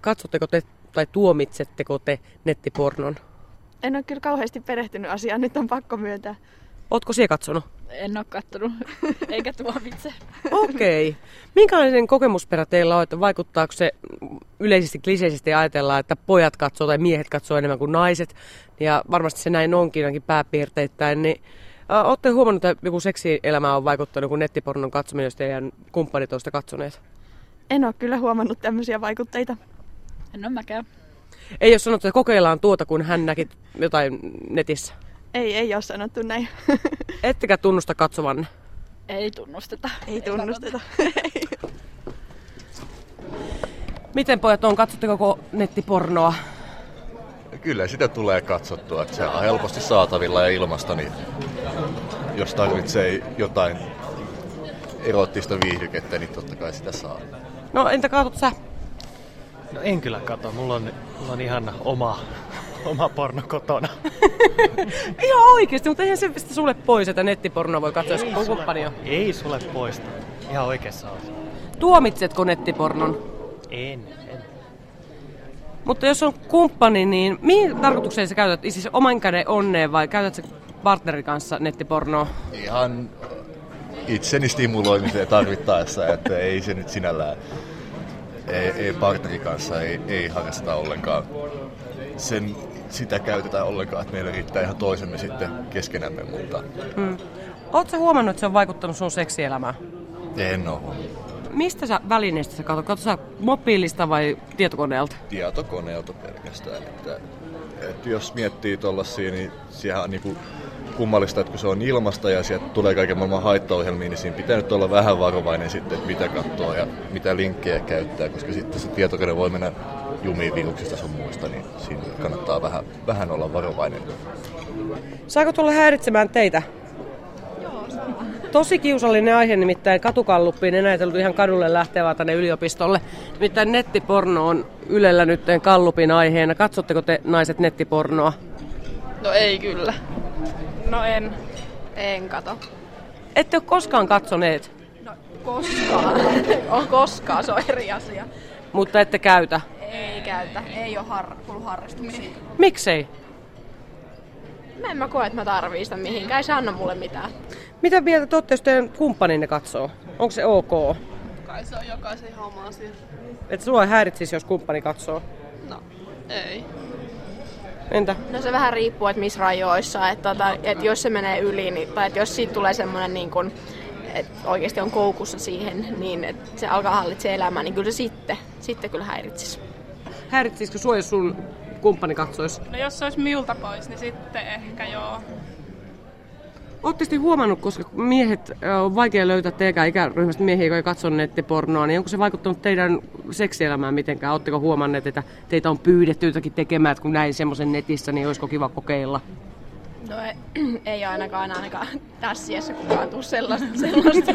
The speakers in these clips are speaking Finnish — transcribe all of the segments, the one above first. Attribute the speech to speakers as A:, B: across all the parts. A: katsotteko te tai tuomitsetteko te nettipornon?
B: En ole kyllä kauheasti perehtynyt asiaan, nyt on pakko myöntää.
A: Ootko siellä katsonut?
C: En ole kattonut, eikä tuomitse.
A: Okei. Okay. Minkälainen kokemusperä teillä on, että vaikuttaako se yleisesti kliseisesti ajatellaan, että pojat katsoo tai miehet katsoo enemmän kuin naiset, ja varmasti se näin onkin ainakin pääpiirteittäin, niin äh, Olette huomannut, että joku seksielämä on vaikuttanut, kun nettipornon katsominen, jos teidän kumppanit olette katsoneet?
B: En ole kyllä huomannut tämmöisiä vaikutteita.
C: En ole mäkään.
A: Ei jos sanottu, että kokeillaan tuota, kun hän näki jotain netissä.
B: Ei, ei ole sanottu näin.
A: Ettekä tunnusta katsovanne.
C: Ei tunnusteta.
B: Ei tunnusteta.
A: Miten pojat on, katsotteko koko nettipornoa?
D: Kyllä sitä tulee katsottua, että se on helposti saatavilla ja ilmasta, niin jos tarvitsee jotain erottista viihdykettä, niin totta kai sitä saa.
A: No entä katsot sä?
E: No en kyllä kato, mulla on, mulla on ihan oma, oma porno kotona.
A: Ihan oikeasti, mutta eihän se pistä sulle pois, että nettiporno voi katsoa, jos on kumppania.
E: Ei sulle poista. Ihan oikeassa olet.
A: Tuomitsetko nettipornon?
E: En, en.
A: Mutta jos on kumppani, niin mihin tarkoitukseen sä käytät? Siis oman käden onneen vai käytät sä partnerin kanssa nettipornoa?
D: Ihan itseni stimuloimiseen tarvittaessa, että ei se nyt sinällään. Ei, ei partnerin kanssa ei, ei harrasteta ollenkaan. Sen, sitä käytetään ollenkaan, että meillä riittää ihan toisemme sitten keskenämme, mutta
A: Mm. Oletko huomannut, että se on vaikuttanut sun seksielämään?
D: en ole huomannut.
A: Mistä sä välineistä sä katsot? Katsot sä mobiilista vai tietokoneelta?
D: tietokoneelta pelkästään. Että, että jos miettii tuollaisia, niin siihen on niinku kummallista, että kun se on ilmasta ja sieltä tulee kaiken maailman haittaohjelmiin, niin siinä pitää nyt olla vähän varovainen sitten, että mitä katsoo ja mitä linkkejä käyttää, koska sitten se tietokone voi mennä jumiin viruksista sun muista, niin siinä kannattaa vähän, vähän olla varovainen.
A: Saako tulla häiritsemään teitä? Tosi kiusallinen aihe, nimittäin katukalluppiin enää ei tullut ihan kadulle lähtevää tänne yliopistolle. Nimittäin nettiporno on Ylellä nyt kallupin aiheena. Katsotteko te naiset nettipornoa?
C: No ei kyllä.
F: No en.
G: En kato.
A: Ette ole koskaan katsoneet,
G: No koskaan. on koskaan, se on eri asia.
A: mutta ette käytä.
G: Ei käytä, ei ole har- kuulu harrastuksiin.
A: Miksei?
G: Niin. Mä en mä koe, että mä tarviin sitä mihinkään, ei se anna mulle mitään.
A: Mitä mieltä te olette, jos teidän kumppaninne katsoo? Onko se ok?
F: Kai se on jokaisen ihan oma asia.
A: Että sua ei häiritsisi, jos kumppani katsoo?
F: No, ei.
A: Entä?
G: No se vähän riippuu, että missä rajoissa, että, tota, että jos se menee yli, niin, tai että jos siitä tulee semmoinen niin kuin, että oikeasti on koukussa siihen, niin että se alkaa hallitse elämää, niin kyllä se sitten, sitten kyllä häiritsisi.
A: Häiritsisikö sua, jos sun kumppani katsoisi?
F: No jos se olisi miulta pois, niin sitten ehkä joo.
A: Oletteko te huomannut, koska miehet ö, on vaikea löytää teidän ikäryhmästä miehiä, jotka ei katso nettipornoa, niin onko se vaikuttanut teidän seksielämään mitenkään? Oletteko huomanneet, että teitä on pyydetty jotakin tekemään, että kun näin semmoisen netissä, niin olisiko kiva kokeilla?
G: No ei, ei ainakaan, ainakaan tässä iässä kukaan tuu sellaista, sellaista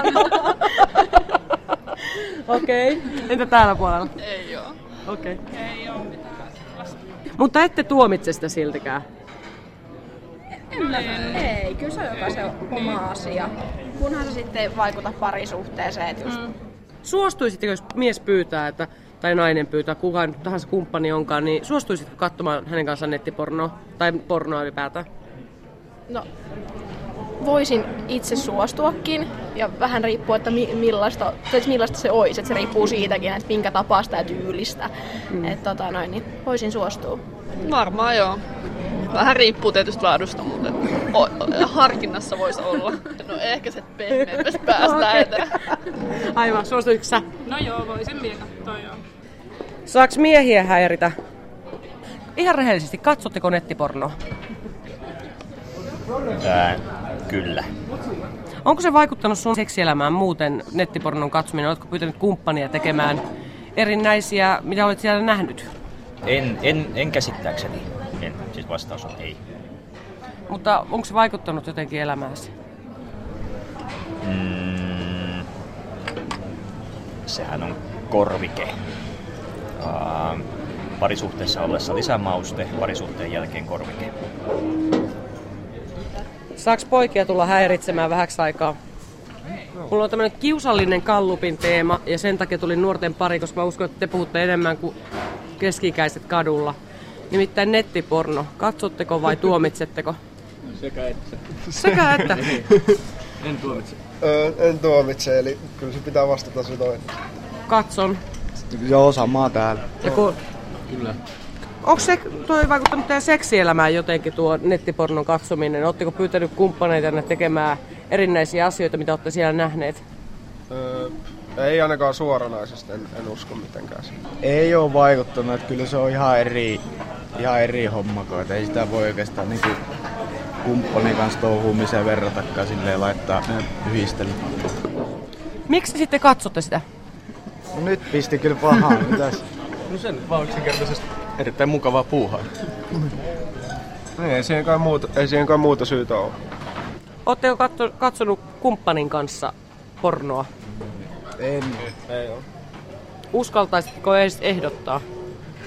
A: Okei. Okay. Entä täällä puolella?
F: Ei joo.
A: Okei. Okay.
F: Ei oo mitään sellaista.
A: Mutta ette tuomitse sitä siltikään.
G: Ei, kyllä se on jokaisen oma asia. Kunhan se sitten ei vaikuta parisuhteeseen, että just... Mm.
A: Suostuisitteko, jos mies pyytää, että, tai nainen pyytää, kuka nyt tahansa kumppani onkaan, niin suostuisitko katsomaan hänen kanssaan nettipornoa? Tai pornoa ylipäätään?
G: No, voisin itse suostuakin ja vähän riippuu, että mi- millaista, tai millaista se olisi. Että se riippuu siitäkin, että minkä tapasta ja tyylistä. Mm. Että tota noin, niin voisin suostua.
F: Varmaan joo. Vähän riippuu tietysti laadusta, mutta o- harkinnassa voisi olla. No ehkä se pehmeämmästä päästään
A: Okei.
F: eteen.
A: Aivan, suostuisitko sä?
F: No joo, voisin vielä katsoa joo.
A: Saaks miehiä häiritä? Ihan rehellisesti, katsotteko nettipornoa?
H: Ää, kyllä.
A: Onko se vaikuttanut sun seksielämään muuten nettipornon katsominen? Oletko pyytänyt kumppania tekemään erinäisiä, mitä olet siellä nähnyt?
H: En, en, en käsittääkseni. En. Siis vastaus on ei.
A: Mutta onko se vaikuttanut jotenkin elämääsi?
H: Mm, sehän on korvike. Ää, parisuhteessa ollessa lisämauste, parisuhteen jälkeen korvike.
A: Saaks poikia tulla häiritsemään vähäksi aikaa? Mulla on tämmönen kiusallinen kallupin teema ja sen takia tuli nuorten pari, koska mä uskon, että te puhutte enemmän kuin keskikäiset kadulla. Nimittäin nettiporno. Katsotteko vai tuomitsetteko?
I: Sekä että.
A: Sekä että.
I: En tuomitse.
J: Ö, en tuomitse, eli kyllä se pitää vastata se toinen.
A: Katson.
K: Joo, samaa täällä.
A: Ja kun,
I: Kyllä.
A: onko se toi vaikuttanut teidän seksielämään jotenkin tuo nettipornon katsominen? Oletteko pyytänyt kumppaneita tekemään erinäisiä asioita, mitä olette siellä nähneet?
J: Ö, ei ainakaan suoranaisesti, en, en usko mitenkään siihen.
K: Ei ole vaikuttanut, että kyllä se on ihan eri, ihan eri homma, kun et ei sitä voi oikeastaan niinku kumppanin kanssa touhuumiseen verratakaan silleen laittaa yhdistely.
A: Miksi sitten katsotte sitä?
K: No nyt pisti kyllä pahaa, mitäs?
I: No sen nyt vaan yksinkertaisesti.
K: Erittäin mukavaa puuhaa.
J: No ei siihen kai muuta, ei siihen kai muuta syytä ole.
A: Oletteko katso, katsonut kumppanin kanssa pornoa?
K: En.
J: Ei ole.
A: Uskaltaisitteko edes ehdottaa?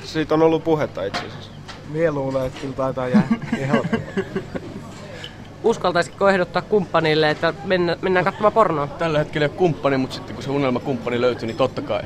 J: Siitä on ollut puhetta itse asiassa.
K: Mie luulen, että kyllä taitaa jää ehdottomaan.
A: Uskaltaisitko ehdottaa kumppanille, että mennä, mennään katsomaan pornoa?
I: Tällä hetkellä ei ole kumppani, mutta sitten kun se unelmakumppani löytyy, niin totta kai.